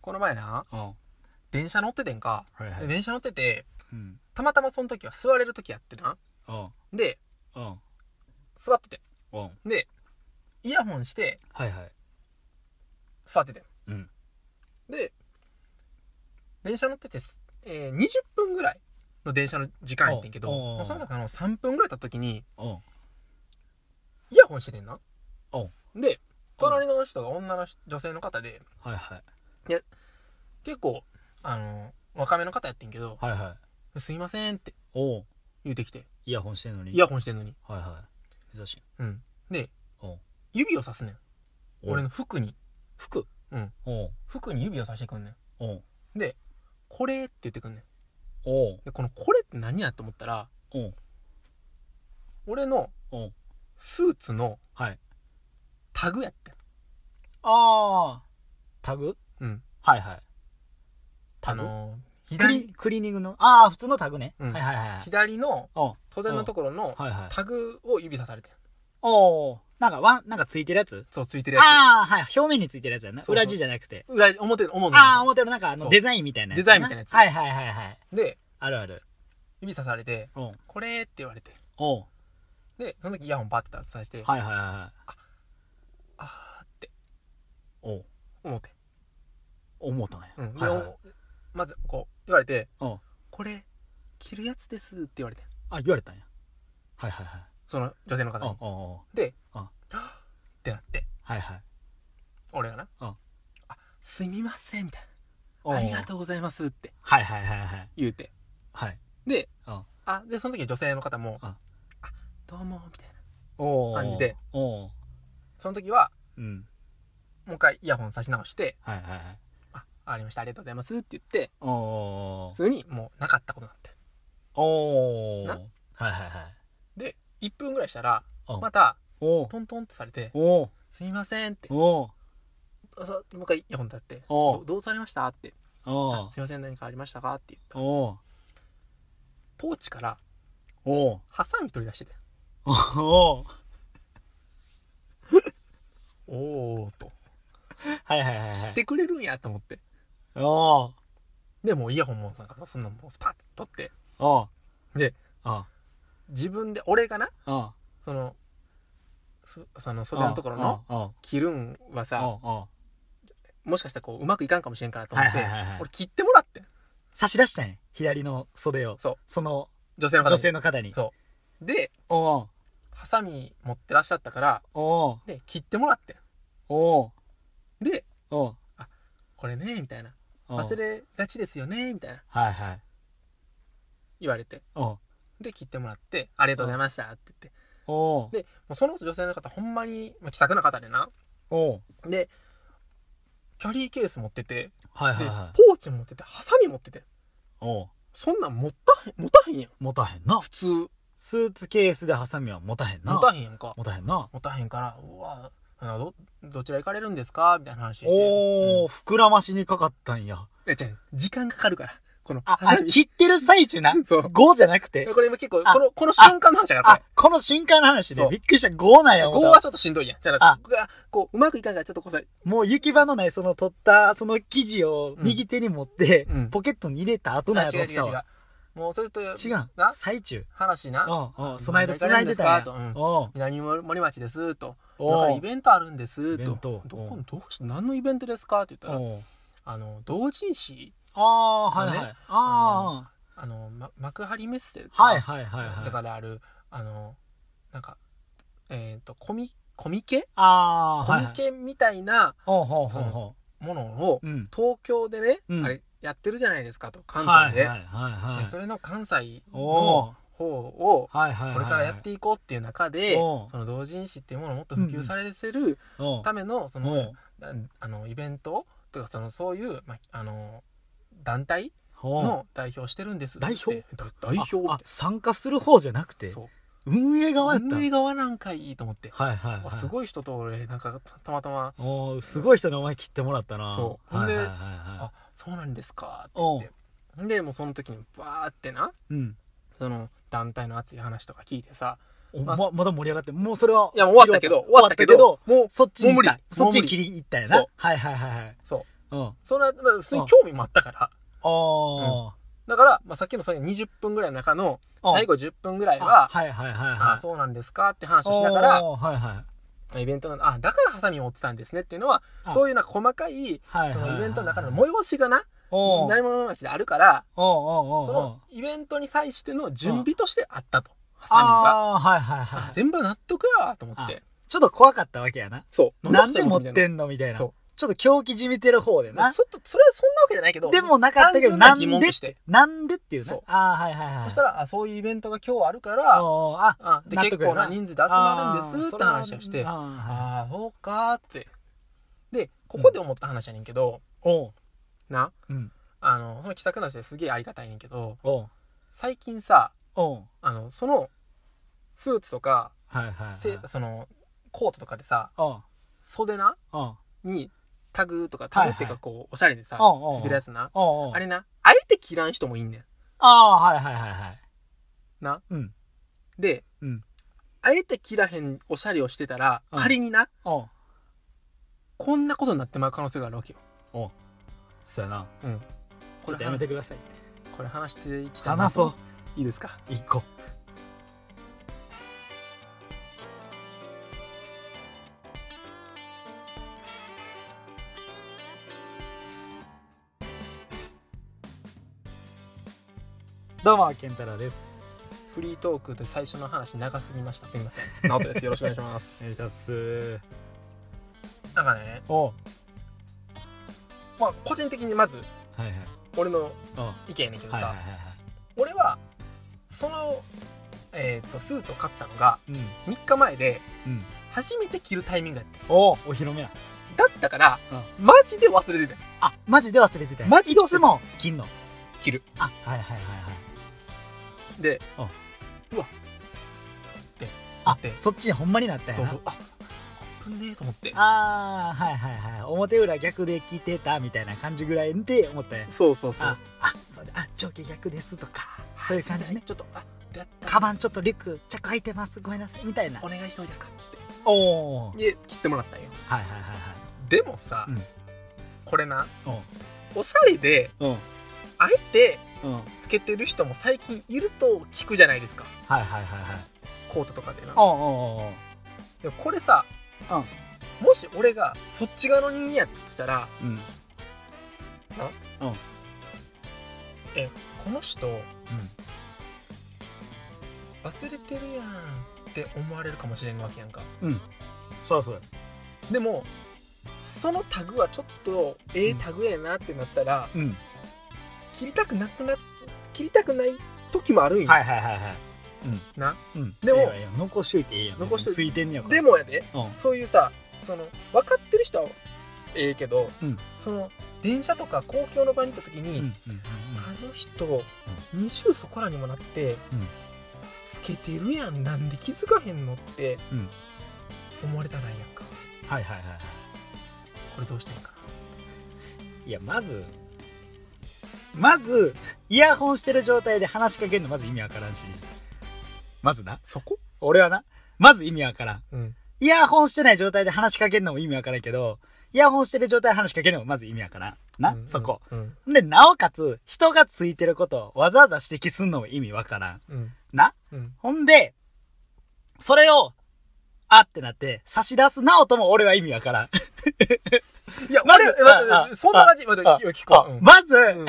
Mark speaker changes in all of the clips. Speaker 1: この前な、
Speaker 2: うん。は
Speaker 1: 電車乗っててんか。
Speaker 2: いは
Speaker 1: で
Speaker 2: い。
Speaker 1: 電車乗ってて、
Speaker 2: うん。
Speaker 1: たまたまその時は座れる時やってな。
Speaker 2: うん。
Speaker 1: で、
Speaker 2: うん。
Speaker 1: 座ってて。
Speaker 2: うん。はい
Speaker 1: で、イヤホンして
Speaker 2: はい。
Speaker 1: 座っててん。
Speaker 2: うん。
Speaker 1: で、電車乗っててす、えー20分ぐらいの電車の時間やってんけど、
Speaker 2: おうおうおう
Speaker 1: まあその中の3分ぐらい経った時に、
Speaker 2: うん。
Speaker 1: イヤホンしててんな。
Speaker 2: お
Speaker 1: で、隣の人が女の人女性の方で、
Speaker 2: はいはい。
Speaker 1: 結構、あの、若めの方やってんけど、
Speaker 2: はいはい。
Speaker 1: すいませんって
Speaker 2: おう
Speaker 1: 言うてきて、
Speaker 2: イヤホンしてんのに。
Speaker 1: イヤホンしてんのに。
Speaker 2: はいはい。珍しい。
Speaker 1: うん。で
Speaker 2: おう、
Speaker 1: 指をさすねん。
Speaker 2: おう
Speaker 1: 俺の服に、
Speaker 2: 服。
Speaker 1: うん。
Speaker 2: おう
Speaker 1: 服に指をさしてくんねん。
Speaker 2: おう
Speaker 1: これって言ってくんねん。
Speaker 2: おう
Speaker 1: で、このこれって何やと思ったら、
Speaker 2: おう
Speaker 1: 俺の
Speaker 2: おう
Speaker 1: スーツの
Speaker 2: はい。
Speaker 1: タグやってん。
Speaker 2: ああ。タグ
Speaker 1: うん。
Speaker 2: はいはい。
Speaker 1: あ
Speaker 2: タグ
Speaker 1: のー、
Speaker 2: ク
Speaker 1: 左
Speaker 2: リ、クリーニングの、ああ、普通のタグね。
Speaker 1: うん
Speaker 2: はいはいはい。
Speaker 1: 左の
Speaker 2: おう
Speaker 1: 袖のところの
Speaker 2: はいはい。
Speaker 1: タグを指さされてん。
Speaker 2: おうなんか、ワン、なんかついてるやつ
Speaker 1: そう、ついてるやつ。
Speaker 2: ああ、はい。表面についてるやつやな。
Speaker 1: そうそう
Speaker 2: 裏地じゃなくて。
Speaker 1: 裏、表の、表の。
Speaker 2: ああ、表のなんか、あ
Speaker 1: そ
Speaker 2: の、
Speaker 1: う
Speaker 2: デザインみたいなやつや。
Speaker 1: デザインみたいなやつ
Speaker 2: はいはいはいはい。
Speaker 1: で、
Speaker 2: あるある。
Speaker 1: 指さされて、
Speaker 2: おう
Speaker 1: これって言われて。
Speaker 2: おう
Speaker 1: で、その時イヤホンパッてさして、
Speaker 2: はいはいはいはい。
Speaker 1: あーって
Speaker 2: おう
Speaker 1: 思って。
Speaker 2: 思ったね。
Speaker 1: うん。で
Speaker 2: はいはい。
Speaker 1: まず、こう、言われて、
Speaker 2: おう
Speaker 1: これ、着るやつですって言われて。
Speaker 2: あ、言われたんや。はいはいはい。
Speaker 1: その女性の方
Speaker 2: お
Speaker 1: に
Speaker 2: う。おうおう
Speaker 1: で、
Speaker 2: うん
Speaker 1: ってなって、
Speaker 2: はいはい。
Speaker 1: 俺がな、
Speaker 2: うん
Speaker 1: あ、すみません、みたい
Speaker 2: おうお
Speaker 1: な。
Speaker 2: う
Speaker 1: ありがとうございますって
Speaker 2: はいはいはいはい。
Speaker 1: 言うて。
Speaker 2: はい。
Speaker 1: で、
Speaker 2: うん
Speaker 1: あ、で、その時女性の方も、
Speaker 2: うん
Speaker 1: あ、どうも、みたいな。
Speaker 2: おう
Speaker 1: 感じで。
Speaker 2: おう
Speaker 1: その時は、
Speaker 2: うん。
Speaker 1: もう一回イヤホン差し直して、
Speaker 2: はいはいはい。
Speaker 1: あ、ありました、ありがとうございますって言って、
Speaker 2: おうおうおう
Speaker 1: 普通にもうなかったことになって。
Speaker 2: おお
Speaker 1: な
Speaker 2: はいはいはい。
Speaker 1: で、1分ぐらいしたら、
Speaker 2: うん
Speaker 1: また、
Speaker 2: おう
Speaker 1: トントンってされて、
Speaker 2: おう
Speaker 1: すみませんって、
Speaker 2: おう
Speaker 1: あそうもう一回イヤホン立って、
Speaker 2: おう
Speaker 1: どどうされましたって、
Speaker 2: おう
Speaker 1: あすみません、何かありましたかって言ったら
Speaker 2: おう
Speaker 1: ポーチから
Speaker 2: おう
Speaker 1: ハサミ取り出してて、
Speaker 2: おう
Speaker 1: おーと、
Speaker 2: はいはいはいはい。
Speaker 1: 切ってくれるんやと思って。
Speaker 2: おう
Speaker 1: で、もうイヤホンもなんか、そんなんもうスパッて取って、
Speaker 2: おう
Speaker 1: で、
Speaker 2: おう
Speaker 1: 自分で、俺がな、
Speaker 2: おう
Speaker 1: その、そその袖のところの、
Speaker 2: おう
Speaker 1: 切るんは
Speaker 2: おう
Speaker 1: さ、
Speaker 2: おうおう
Speaker 1: もしかしたらこう、うまくいかんかもしれんからと思って、
Speaker 2: はいはいはいはい
Speaker 1: 俺切ってもらってん、
Speaker 2: 差し出したんや。左の袖を。
Speaker 1: そう。
Speaker 2: その、
Speaker 1: 女性の方に
Speaker 2: 女性の方に。
Speaker 1: そう。で、
Speaker 2: おう
Speaker 1: ハサミ持ってらっしゃったから、
Speaker 2: おう
Speaker 1: で、切ってもらってん。
Speaker 2: おう
Speaker 1: で、
Speaker 2: おう
Speaker 1: これね、みたいな。
Speaker 2: おう
Speaker 1: 忘れがちですよね、みたいな
Speaker 2: はいはい。
Speaker 1: 言われて。
Speaker 2: おう
Speaker 1: で、切ってもらって、ありがとうございましたって言って。
Speaker 2: おう
Speaker 1: で、もうその女性の方、ほんまに、まあ、気さくな方でな。
Speaker 2: おう
Speaker 1: で、キャリーケース持ってて、
Speaker 2: はい
Speaker 1: で
Speaker 2: はいはい。
Speaker 1: ポーチ持ってて、ハサミ持ってて、
Speaker 2: おう
Speaker 1: そんなん持ったへん、持たへんやん。
Speaker 2: 持たへんな
Speaker 1: 普。通、
Speaker 2: スーツケースでハサミは持たへんな。
Speaker 1: 持たへんやんか。
Speaker 2: 持たへんな。
Speaker 1: 持たへんから、うわ、あのど、どちら行かれるんですかみたいな話して。
Speaker 2: お
Speaker 1: う
Speaker 2: お、膨らましにかかったんや。
Speaker 1: ん、え、じゃ時間かかるから。この、
Speaker 2: あ、あ、切ってる最中な。
Speaker 1: そう
Speaker 2: 5じゃなくて。
Speaker 1: これ今結構、
Speaker 2: あ
Speaker 1: この、この瞬間の話やから、
Speaker 2: あ
Speaker 1: こ、
Speaker 2: この瞬間の話で
Speaker 1: そう
Speaker 2: びっくりした。5なん
Speaker 1: れ。
Speaker 2: や、
Speaker 1: こ
Speaker 2: 思
Speaker 1: う
Speaker 2: った
Speaker 1: はちょっとしんどいやん。じゃあ
Speaker 2: あ、
Speaker 1: 僕が、こう、うまくいかんから、ちょっとこそ、
Speaker 2: もう行き場のないその取った、その生地を右手に持って、
Speaker 1: うん
Speaker 2: ポケットに入れた後な
Speaker 1: あ
Speaker 2: んやと
Speaker 1: 違う違う違
Speaker 2: 思ってた
Speaker 1: う
Speaker 2: わ。。
Speaker 1: もうそれと、
Speaker 2: 違う
Speaker 1: な。
Speaker 2: 最中。
Speaker 1: 話な。
Speaker 2: うんうん。その間繋いでたんや。
Speaker 1: 何
Speaker 2: うん
Speaker 1: や。南森町ですと今か
Speaker 2: お
Speaker 1: らイベントあるんです
Speaker 2: イベ
Speaker 1: と
Speaker 2: ント
Speaker 1: ど
Speaker 2: う
Speaker 1: こ
Speaker 2: ん
Speaker 1: どうして何のイベントですかって言ったら
Speaker 2: お
Speaker 1: あの同人誌
Speaker 2: ああー、はいはい。
Speaker 1: ね
Speaker 2: あ
Speaker 1: あの、ま、幕張メッセと
Speaker 2: あ。
Speaker 1: か
Speaker 2: はいはいはい
Speaker 1: だ
Speaker 2: はい。
Speaker 1: からあるあのなんかえっ、とコミコミケ
Speaker 2: ああー、
Speaker 1: コ
Speaker 2: はい
Speaker 1: ミ
Speaker 2: はい。
Speaker 1: ケみたいな
Speaker 2: ほうほう
Speaker 1: そ
Speaker 2: ほうほ
Speaker 1: ものを
Speaker 2: う。うん。
Speaker 1: 東京でね、
Speaker 2: うん
Speaker 1: あれやってるじゃないですかと関
Speaker 2: はい
Speaker 1: 東
Speaker 2: はい
Speaker 1: で,、
Speaker 2: はいはい
Speaker 1: でそ。れの関西
Speaker 2: お
Speaker 1: の方を
Speaker 2: はいはいはいはい。
Speaker 1: これからやっていこうっていう中で、
Speaker 2: おう
Speaker 1: その同人誌っていうものをもっと普及されせる
Speaker 2: おう
Speaker 1: ためのその、
Speaker 2: おう
Speaker 1: ああのイベントとかそのそういう、まあ、あの団体
Speaker 2: おう
Speaker 1: の代表をしてるんです
Speaker 2: 代表
Speaker 1: ってだ代表
Speaker 2: ああ
Speaker 1: っ
Speaker 2: 参加する方じゃなく
Speaker 1: て
Speaker 2: て
Speaker 1: そう
Speaker 2: 運営側やった
Speaker 1: 運営側なんかいいと思って、
Speaker 2: はいはい、は
Speaker 1: あ
Speaker 2: い、
Speaker 1: すごい人と俺なんかたたまたま
Speaker 2: おーすごい人のお前切ってもらったな
Speaker 1: そうほ
Speaker 2: は
Speaker 1: ん
Speaker 2: い
Speaker 1: で
Speaker 2: はいはい
Speaker 1: 「
Speaker 2: は
Speaker 1: あそうなんですか」って
Speaker 2: お
Speaker 1: 言
Speaker 2: う
Speaker 1: ってでもうその時にバーってない
Speaker 2: うん
Speaker 1: その団体の熱い話とか聞いてさ
Speaker 2: お
Speaker 1: まあ
Speaker 2: ままだ盛り上がってもうそれはい
Speaker 1: やもう終わったけど終わったけど
Speaker 2: 終わったけど
Speaker 1: もう
Speaker 2: そっちに行
Speaker 1: もう無
Speaker 2: っ
Speaker 1: 理
Speaker 2: たそ
Speaker 1: もう
Speaker 2: っち
Speaker 1: 無
Speaker 2: に
Speaker 1: 理
Speaker 2: 切り入ったんやな
Speaker 1: そう
Speaker 2: はいはいはいはい
Speaker 1: そう
Speaker 2: うん。あ
Speaker 1: そんな、まあ、普通に興味もあったから。
Speaker 2: あ。
Speaker 1: だから、まあ、さっきのその20分ぐらいの中の、
Speaker 2: うん
Speaker 1: 最後10分ぐらい
Speaker 2: あ
Speaker 1: は、
Speaker 2: はいはいはいはい。
Speaker 1: ああ、そうなんですかって話をしながら、
Speaker 2: おーはいはい。
Speaker 1: イベントの、あ、だからハサミを持ってたんですねっていうのは、
Speaker 2: あ
Speaker 1: そういうなんか細かい、
Speaker 2: はい
Speaker 1: そ
Speaker 2: はいはい
Speaker 1: の
Speaker 2: はい。
Speaker 1: イベントの中の催しがな、
Speaker 2: おー
Speaker 1: 何者の町であるから、
Speaker 2: おうおうおう
Speaker 1: そ
Speaker 2: おう
Speaker 1: のイベントに際しての準備としてあったと、ハサミが。
Speaker 2: ああ、はいはいは
Speaker 1: あ
Speaker 2: い。
Speaker 1: 全部納得やと思って。
Speaker 2: ちょっと怖かったわけやな。
Speaker 1: そう。
Speaker 2: なんで持っ
Speaker 1: みた
Speaker 2: て
Speaker 1: い
Speaker 2: んのみたい
Speaker 1: な
Speaker 2: な。
Speaker 1: そ
Speaker 2: ちょっと狂気じみてる方で
Speaker 1: う。まあ
Speaker 2: な。
Speaker 1: そっと、それはそんなわけじゃないけど。
Speaker 2: でもなかったけど、な
Speaker 1: 単
Speaker 2: ん
Speaker 1: 純
Speaker 2: で
Speaker 1: 疑問として。
Speaker 2: なんでっていうね
Speaker 1: そう。
Speaker 2: ああ、はいはいはい。、
Speaker 1: そしたら、あ、そういうイベントが今日あるからら、
Speaker 2: おうおうあ、
Speaker 1: あで
Speaker 2: 納
Speaker 1: 結
Speaker 2: 得や
Speaker 1: 構
Speaker 2: な
Speaker 1: な人数で集まるんですって話をして、
Speaker 2: あー
Speaker 1: あ
Speaker 2: それは
Speaker 1: あー、そうかーって。で、ここで思った話やねんけど、
Speaker 2: おう
Speaker 1: な、
Speaker 2: うん
Speaker 1: あの、その気さくな人ですげえありがたいねんけど、
Speaker 2: おう
Speaker 1: 最近さ、
Speaker 2: おう
Speaker 1: あの、その、スーツとか、
Speaker 2: はいはいはい。
Speaker 1: せその、コートとかでさ、
Speaker 2: おう
Speaker 1: 袖な
Speaker 2: おう
Speaker 1: にタグとか、タグっていう
Speaker 2: はいは
Speaker 1: かこう、おしゃれでさ、
Speaker 2: おうお
Speaker 1: つ
Speaker 2: う
Speaker 1: いてるやつな。
Speaker 2: おうおう
Speaker 1: あれな、あえて着らん人もいんねん。
Speaker 2: ああ、はいはいはいはい。
Speaker 1: な。
Speaker 2: うん。
Speaker 1: で、
Speaker 2: うん
Speaker 1: あえて着らへんおしゃれをしてたら、
Speaker 2: うん
Speaker 1: 仮にな、
Speaker 2: おう
Speaker 1: こんなことになってまう可能性があるわけよ。
Speaker 2: そうやな。
Speaker 1: うん。
Speaker 2: ちょっとやめてください。
Speaker 1: これ話していきたいな
Speaker 2: 話そう。
Speaker 1: いいですか
Speaker 2: 行こう。どうも、健太郎です。
Speaker 1: フリートークで最初の話長すぎましたすみま せん直人ですよろしくお願いしま
Speaker 2: お
Speaker 1: す
Speaker 2: 願いします。
Speaker 1: なんかね
Speaker 2: お
Speaker 1: まあ個人的にまず
Speaker 2: はいはい。
Speaker 1: 俺の
Speaker 2: おは
Speaker 1: 意見やねんけど
Speaker 2: いはい
Speaker 1: さ、
Speaker 2: はいは
Speaker 1: 俺はそのえっ、とスーツを買ったのが
Speaker 2: い。うん。
Speaker 1: 3日前で
Speaker 2: うん。
Speaker 1: 初めて着るタイミングだっ
Speaker 2: おお披露目や。
Speaker 1: ただったから、
Speaker 2: う
Speaker 1: マジで忘れてた
Speaker 2: あ、マジで忘れてたよ
Speaker 1: マジで忘
Speaker 2: い
Speaker 1: れてた
Speaker 2: つも、金の。
Speaker 1: 着る
Speaker 2: あ、はいはいはいはい。
Speaker 1: で
Speaker 2: うん
Speaker 1: うわってな
Speaker 2: あ
Speaker 1: って、
Speaker 2: そっちにほんまになったよ
Speaker 1: そう
Speaker 2: な
Speaker 1: そう。あ危ねえと思って
Speaker 2: ああはいはいはい表裏逆で来てたみたいな感じぐらいで思ったよ
Speaker 1: そうそうそう
Speaker 2: ああそうだあ上下逆ですとかそういう感じね
Speaker 1: ちょっとあでやった
Speaker 2: カバンちょっとリュックチャック入ってますごめんなさいみたいな
Speaker 1: お願いしてもいいですかって
Speaker 2: おおはい
Speaker 1: で切ってもらったんよ
Speaker 2: はいはいはい
Speaker 1: でもさ、
Speaker 2: うん
Speaker 1: これな
Speaker 2: お
Speaker 1: おしゃれで
Speaker 2: うんうん
Speaker 1: あえて
Speaker 2: はい
Speaker 1: つけてる人も最近いると聞くじゃないですか
Speaker 2: はいはいはい
Speaker 1: コートとかでな
Speaker 2: おおお
Speaker 1: でもこれさ、もし俺がそっち側の人間やったとしたら
Speaker 2: うん
Speaker 1: えこの人忘れてるやんって思われるかもしれんわけやんか
Speaker 2: そうそう
Speaker 1: でもそのタグはちょっとええタグやなってなったら、
Speaker 2: うん
Speaker 1: 切りたくなくな切りたくない時もあるんよ、
Speaker 2: はいはいはいはい
Speaker 1: な
Speaker 2: うんうん
Speaker 1: でも
Speaker 2: いいわいいわ残しといていいやん
Speaker 1: 残しといて
Speaker 2: 別についてんねやから
Speaker 1: でもやで
Speaker 2: うん
Speaker 1: そういうさその分かってる人はええけど、
Speaker 2: うん
Speaker 1: その電車とか公共の場に行った時に、
Speaker 2: うんうんうん
Speaker 1: あの人、20そこらにもなって、
Speaker 2: うん
Speaker 1: つけてるやんなんで気づかへんのって、
Speaker 2: うん
Speaker 1: 思われたらいいやんか
Speaker 2: はいはいはいはい
Speaker 1: これどうしたらいいか
Speaker 2: いやまずまずイヤホンしてる状態で話しかけるのまず意味わからんしまずな
Speaker 1: そこ
Speaker 2: 俺はなまず意味わからん
Speaker 1: うん
Speaker 2: イヤホンしてない状態で話しかけるのも意味わからんけどイヤホンしてる状態で話しかけるのもまず意味わからんな、
Speaker 1: うん
Speaker 2: そこ
Speaker 1: うん
Speaker 2: でなおかつ人がついてることをわざわざ指摘すんのも意味わからん
Speaker 1: うん
Speaker 2: な
Speaker 1: うん
Speaker 2: ほんでそれをあってなって差し出すなおとも俺は意味わからん
Speaker 1: いや
Speaker 2: まず
Speaker 1: 俺待って
Speaker 2: ああ
Speaker 1: そんな感じ待って
Speaker 2: あ
Speaker 1: 今聞こう、うん
Speaker 2: まず、
Speaker 1: ん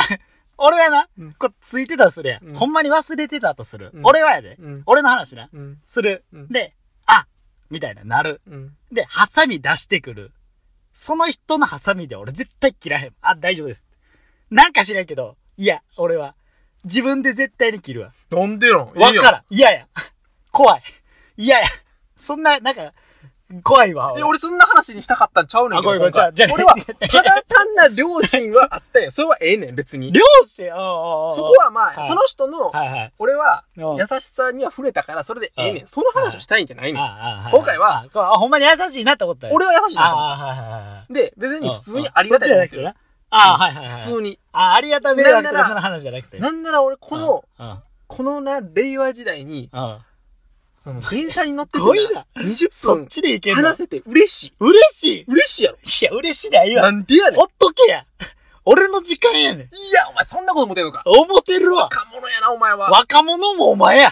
Speaker 2: 俺はな、
Speaker 1: うん
Speaker 2: こうついてたとするやん,、
Speaker 1: うん
Speaker 2: ほんまに忘れてたとする。
Speaker 1: うん
Speaker 2: 俺はやで、
Speaker 1: うん
Speaker 2: 俺の話な。
Speaker 1: うん
Speaker 2: する。
Speaker 1: うん
Speaker 2: で、あみたいな、なる。
Speaker 1: うん
Speaker 2: で、ハサミ出してくる。その人のハサミで俺絶対切らへん。あ、大丈夫です。なんか知らんけど、いや、俺は。自分で絶対に切るわ。
Speaker 1: なんでよ
Speaker 2: わからん。嫌や怖い。嫌やそんな、なんか、怖いわ。
Speaker 1: え、俺そんな話にしたかったんちゃうねんけど。
Speaker 2: あごめんごめん
Speaker 1: 今回
Speaker 2: じゃあじゃあ
Speaker 1: 俺は、ただ単な両親はあったんや。 それはええねん、別に。
Speaker 2: 両親、おうおうおう
Speaker 1: そこはまあ、
Speaker 2: はい
Speaker 1: その人の、
Speaker 2: はいはい。
Speaker 1: 俺は、
Speaker 2: おう
Speaker 1: 優しさには触れたから、それでええねん。その話をしたいんじゃないねん。
Speaker 2: あああ
Speaker 1: 今回は
Speaker 2: あこうあほんまに優しいなって思ったよ。
Speaker 1: 俺は優しいなと思
Speaker 2: ああ、はいはいはいは
Speaker 1: う。で、別
Speaker 2: い。
Speaker 1: に普通にありがたいと
Speaker 2: うん
Speaker 1: 思
Speaker 2: う
Speaker 1: って
Speaker 2: んそっちじゃ
Speaker 1: る
Speaker 2: なくてな。ああ、はいはい、はい。
Speaker 1: 普通に。
Speaker 2: ああ、ありがた迷惑と
Speaker 1: なんなら
Speaker 2: かその話じゃなくて。
Speaker 1: なんなら俺、この、
Speaker 2: うん、うん
Speaker 1: このな、令和時代に、
Speaker 2: うん。
Speaker 1: そその、電車に乗って
Speaker 2: すごい
Speaker 1: てな、
Speaker 2: な。
Speaker 1: 20
Speaker 2: そっ
Speaker 1: 分
Speaker 2: ちでいけんの
Speaker 1: 話せて嬉しい。
Speaker 2: 嬉しい
Speaker 1: 嬉しいやろ。
Speaker 2: いや、嬉しいない
Speaker 1: な
Speaker 2: わ。
Speaker 1: んでやねん。い
Speaker 2: ほっとけや。俺の時間やねん。
Speaker 1: や、お前そんなこと思てんのか。
Speaker 2: 思ってるわ。
Speaker 1: 若者やな、お前は。
Speaker 2: 若者もお前や。
Speaker 1: 違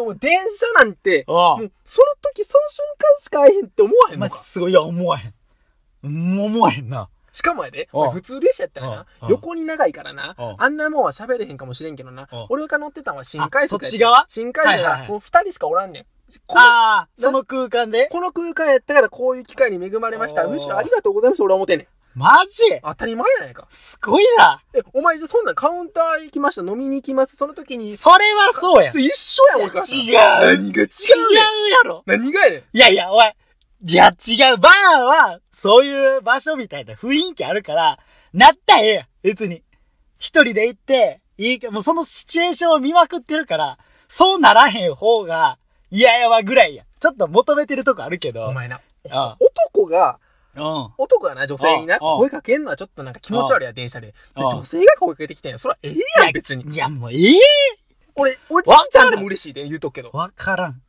Speaker 1: う、もう電車なんて、
Speaker 2: お
Speaker 1: もうその時、その瞬間しか会えへんって思わへん
Speaker 2: ま
Speaker 1: の
Speaker 2: あ、
Speaker 1: か。
Speaker 2: すごい。いや、思わへん。うん、思わへんな。
Speaker 1: しかもやで、
Speaker 2: うん
Speaker 1: 俺普通列車やったらな
Speaker 2: う、ん
Speaker 1: 横に長いからな
Speaker 2: うん、
Speaker 1: あんなもんは喋れへんかもしれんけどな
Speaker 2: うん、
Speaker 1: 俺が乗ってたのは新快速
Speaker 2: あそっち
Speaker 1: や
Speaker 2: 側
Speaker 1: 新快速や
Speaker 2: はい
Speaker 1: か
Speaker 2: はいは
Speaker 1: ら、
Speaker 2: い
Speaker 1: もう二人しかおらんねん。この
Speaker 2: ああ、その空間で
Speaker 1: この空間やったからこういう機会に恵まれました。
Speaker 2: おー
Speaker 1: むしろありがとうございました、俺は思ってんねん。
Speaker 2: マジ
Speaker 1: 当たり前やないか。
Speaker 2: すごいな。
Speaker 1: え、お前じゃあそんなんカウンター行きました、飲みに行きます、その時に。
Speaker 2: それはそうや。違う
Speaker 1: 一緒やん、俺からしたら。何が違うねん
Speaker 2: やろ。
Speaker 1: 何がやねん。
Speaker 2: いやいや、おい。いや、違う。バーは、そういう場所みたいな雰囲気あるから、なったらええやん。別に。一人で行って、いいか、もうそのシチュエーションを見まくってるから、そうならへん方が、嫌やわぐらいや。ちょっと求めてるとこあるけど。
Speaker 1: お前な。
Speaker 2: あ
Speaker 1: 男が、
Speaker 2: うん。
Speaker 1: 男がな、女性にな、
Speaker 2: ああ
Speaker 1: 声かけんのはちょっとなんか気持ち悪いや、電車で。で
Speaker 2: あ
Speaker 1: 女性が声かけてきてんや。そら、ええやん、別に。
Speaker 2: いや、もう、ええ
Speaker 1: 俺、おじいちゃんでも嬉しいで言うとくけど。
Speaker 2: わからん。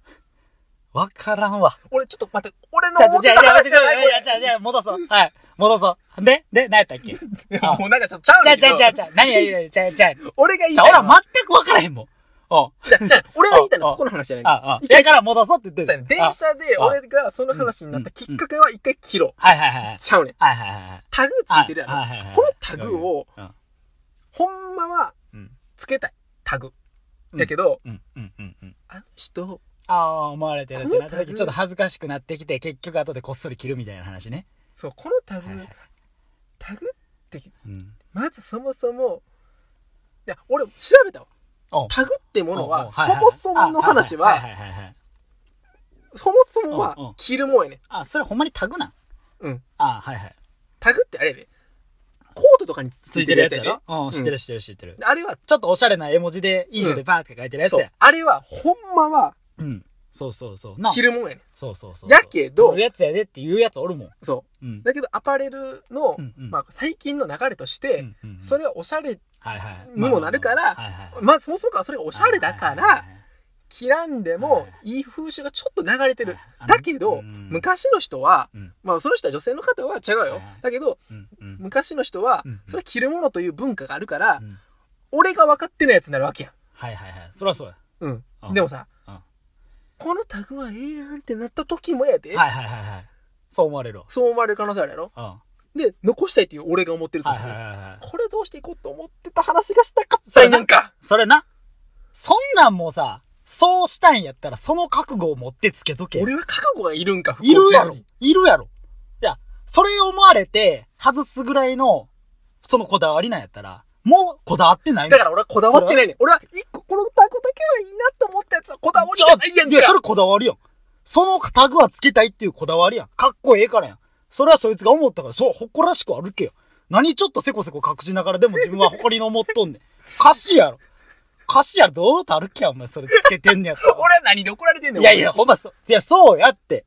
Speaker 2: わからんわ。
Speaker 1: 俺、ちょっと待って、俺
Speaker 2: じ
Speaker 1: の
Speaker 2: ゃあ、
Speaker 1: 思っ
Speaker 2: じ
Speaker 1: て
Speaker 2: ゃ
Speaker 1: た
Speaker 2: あ、じゃあ、
Speaker 1: 話
Speaker 2: じ
Speaker 1: じゃ
Speaker 2: ゃあ
Speaker 1: ない、
Speaker 2: じゃあ、じゃあ、じゃあ、戻そう。はい。戻そう。で、で、何やったっけあ
Speaker 1: もうなんかちょっとちゃう
Speaker 2: じゃ
Speaker 1: ね
Speaker 2: あ、
Speaker 1: ん
Speaker 2: じ
Speaker 1: け
Speaker 2: ゃあ、
Speaker 1: ど
Speaker 2: じゃあ、じゃあ、何や、何や、じゃあ、じゃあ、じ
Speaker 1: 俺が言い
Speaker 2: ゃ
Speaker 1: た
Speaker 2: あ、
Speaker 1: い
Speaker 2: ほ
Speaker 1: のは。
Speaker 2: ら、全くわからへんもん。おう
Speaker 1: じゃあ、じゃあ、俺が言いたいのはそこの話じゃない。
Speaker 2: あ、あ、だから戻そうって
Speaker 1: そう
Speaker 2: 言って
Speaker 1: や
Speaker 2: る
Speaker 1: ね。電車で
Speaker 2: あ
Speaker 1: 俺がその話になったきっかけは一回切ろう。
Speaker 2: あはいはいはい。
Speaker 1: ちゃうねん。
Speaker 2: はいはいはい。
Speaker 1: タグついてるやろ。
Speaker 2: はいはいはい
Speaker 1: このタグを
Speaker 2: うん、
Speaker 1: ほんまは
Speaker 2: うん、
Speaker 1: つけたい。タグ。
Speaker 2: うん
Speaker 1: やけど、
Speaker 2: うん、うん、うん、うん。
Speaker 1: あの人、
Speaker 2: ああ、思われてるってなっ
Speaker 1: こ
Speaker 2: た
Speaker 1: のタ
Speaker 2: 時、
Speaker 1: グ
Speaker 2: ちょっと恥ずかしくなってきて、結局後でこっそり切るみたいな話ね。
Speaker 1: そう、このタグ
Speaker 2: はいはい、
Speaker 1: タグ、
Speaker 2: うん。
Speaker 1: まずそもそも、いや、俺調べたわ
Speaker 2: お。
Speaker 1: タグってもの
Speaker 2: おうお
Speaker 1: は、
Speaker 2: う
Speaker 1: そ
Speaker 2: はいはい
Speaker 1: もそもの話
Speaker 2: あ
Speaker 1: は
Speaker 2: はい、はいはいはい。
Speaker 1: そもそもは
Speaker 2: うんうん
Speaker 1: 着るもんやねん。
Speaker 2: あ、それほんまにタグなん
Speaker 1: うん。
Speaker 2: あ、はいはい。
Speaker 1: タグってあれやで。コートとかに
Speaker 2: ついてるやつや
Speaker 1: ね
Speaker 2: ろうん、知ってる知ってる知ってる。
Speaker 1: あれは、
Speaker 2: ちょっとおしゃれな絵文字で、印象でバーって書いてるやつ
Speaker 1: そう
Speaker 2: や。。
Speaker 1: あれは、ほんまは
Speaker 2: うん。そうそうそう。な
Speaker 1: 着るもんやねん。
Speaker 2: そうそうそう。
Speaker 1: やけど
Speaker 2: こういうやつやでって言うやつおるもん。
Speaker 1: そう。
Speaker 2: うん。
Speaker 1: だけどアパレルの、
Speaker 2: うんうん
Speaker 1: まあ、最近の流れとして、
Speaker 2: うんうん
Speaker 1: それはおしゃれ
Speaker 2: はいはい
Speaker 1: にもなるから
Speaker 2: まあまあまあはいはい
Speaker 1: まあそもそもからそれがおしゃれだか
Speaker 2: はいはい
Speaker 1: ら着らんで
Speaker 2: はい
Speaker 1: も
Speaker 2: はい
Speaker 1: いい風習がちょっと流れてる
Speaker 2: はいはい
Speaker 1: だけど
Speaker 2: うん
Speaker 1: 昔の人は、
Speaker 2: うん
Speaker 1: まあその人は女性の方は違うよ、
Speaker 2: はいはい
Speaker 1: だけど
Speaker 2: うんうん
Speaker 1: 昔の人は
Speaker 2: うんうん
Speaker 1: それは着るものという文化があるから、
Speaker 2: うん
Speaker 1: 俺が分かってないやつになるわけや
Speaker 2: はいはいはい。そりゃそうや。
Speaker 1: ん、うん
Speaker 2: うん
Speaker 1: でもさ、
Speaker 2: うん
Speaker 1: このタグはええやんってなった時もやで、
Speaker 2: はいはいはいはい。そう思われるわ。
Speaker 1: そう思われる可能性あるやろ
Speaker 2: うん。は
Speaker 1: で残したいっていう俺が思ってる
Speaker 2: い
Speaker 1: と
Speaker 2: はい
Speaker 1: する、
Speaker 2: はいはい。
Speaker 1: これどうしていこうと思ってた話がしたかったんやんか
Speaker 2: それな。そんなんもうさ、そうしたいんやったらその覚悟を持ってつけとけ。
Speaker 1: 俺は覚悟がいるんか、不幸
Speaker 2: いるや
Speaker 1: 中
Speaker 2: ろ
Speaker 1: に。
Speaker 2: いるやろいや、それ思われて、外すぐらいの、そのこだわりなんやったら、もうこだわってないもん
Speaker 1: だから俺はこだわってないねん。俺は一個このタグだけはいいなと思ったやつはこだわりじゃないやん
Speaker 2: いや、そ
Speaker 1: か。
Speaker 2: れこだわりやん。そのタグはつけたいっていうこだわりやん。かっこええからやん。それはそいつが思ったから、そう、誇らしく歩けよ。何ちょっとせこせこ隠しながらでも自分は誇りの思っとんねん。歌詞やろ。歌詞やろ、堂々と歩けや、お前それつけてんねやったら
Speaker 1: 俺は何で怒られてんねん。
Speaker 2: いやいや、ほんまそ、いや、そうやって。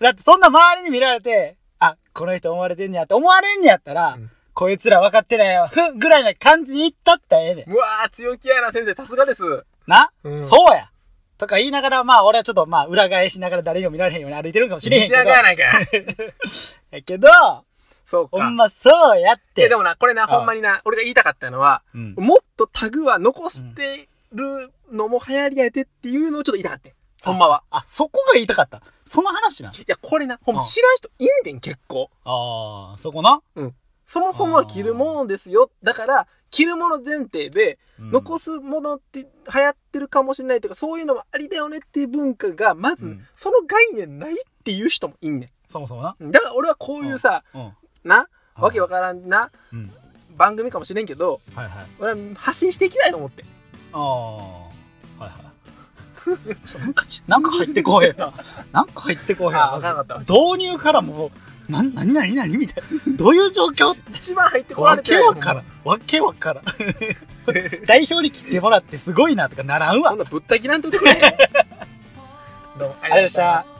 Speaker 2: だってそんな周りに見られて、あ、この人思われてんねやって思われんねやったら、
Speaker 1: うん
Speaker 2: こいつら分かってないわ、ふ、ぐらいな感じに言ったったらええねん
Speaker 1: 俺。うわー、強気やな、先生。さすがです。
Speaker 2: な、
Speaker 1: うん
Speaker 2: そうやとか言いながら、まあ俺はちょっとまあ裏返しながら誰にも見られへんように歩いてるんかもしれへん
Speaker 1: 水
Speaker 2: け
Speaker 1: や
Speaker 2: ど。
Speaker 1: がやないか。
Speaker 2: やけど、
Speaker 1: そう
Speaker 2: ほ
Speaker 1: か
Speaker 2: ん。まそうやっ
Speaker 1: いや、
Speaker 2: て
Speaker 1: で。もな、これな、
Speaker 2: ああ
Speaker 1: ほんまにな、俺が言いたかったのは、
Speaker 2: うん
Speaker 1: もっとタグは残してるのも流行りやでっていうのをちょっと言いたかった。ほんまは。
Speaker 2: あ、そこが言いたかった。その話な。
Speaker 1: いや、これな、ほんま
Speaker 2: ああ
Speaker 1: 知らん人いんねん、結構。
Speaker 2: ああ、そこな。
Speaker 1: そもそもは着るものですよ。だから、着るもの前提で、残
Speaker 2: す。
Speaker 1: すものって流行ってるかもしれないとかそういうのもありだよねっていう文化がまず、
Speaker 2: うん
Speaker 1: その概念ないっていう人もいんね
Speaker 2: そもそもな。
Speaker 1: んだから俺はこういうさ、
Speaker 2: うん。
Speaker 1: なわけわからんな
Speaker 2: うん。
Speaker 1: 番組かもしれんけど
Speaker 2: はいはい。
Speaker 1: 俺は発信していきたいと思って
Speaker 2: ああ。はいはい。なんかち、なんか入って こうへんな。なんか入ってこうへん
Speaker 1: ああ
Speaker 2: な
Speaker 1: 分からなかっ
Speaker 2: 導入からもう、なん、なになになにみたいな。どういう状況
Speaker 1: た一番入ってこら
Speaker 2: わ
Speaker 1: れて
Speaker 2: け
Speaker 1: ない
Speaker 2: わからん。わけわ からん。代表に切ってもらってすごいなとかならんわ
Speaker 1: そん。なぶった切らんといてくれどうもあ
Speaker 2: ありがとうございました。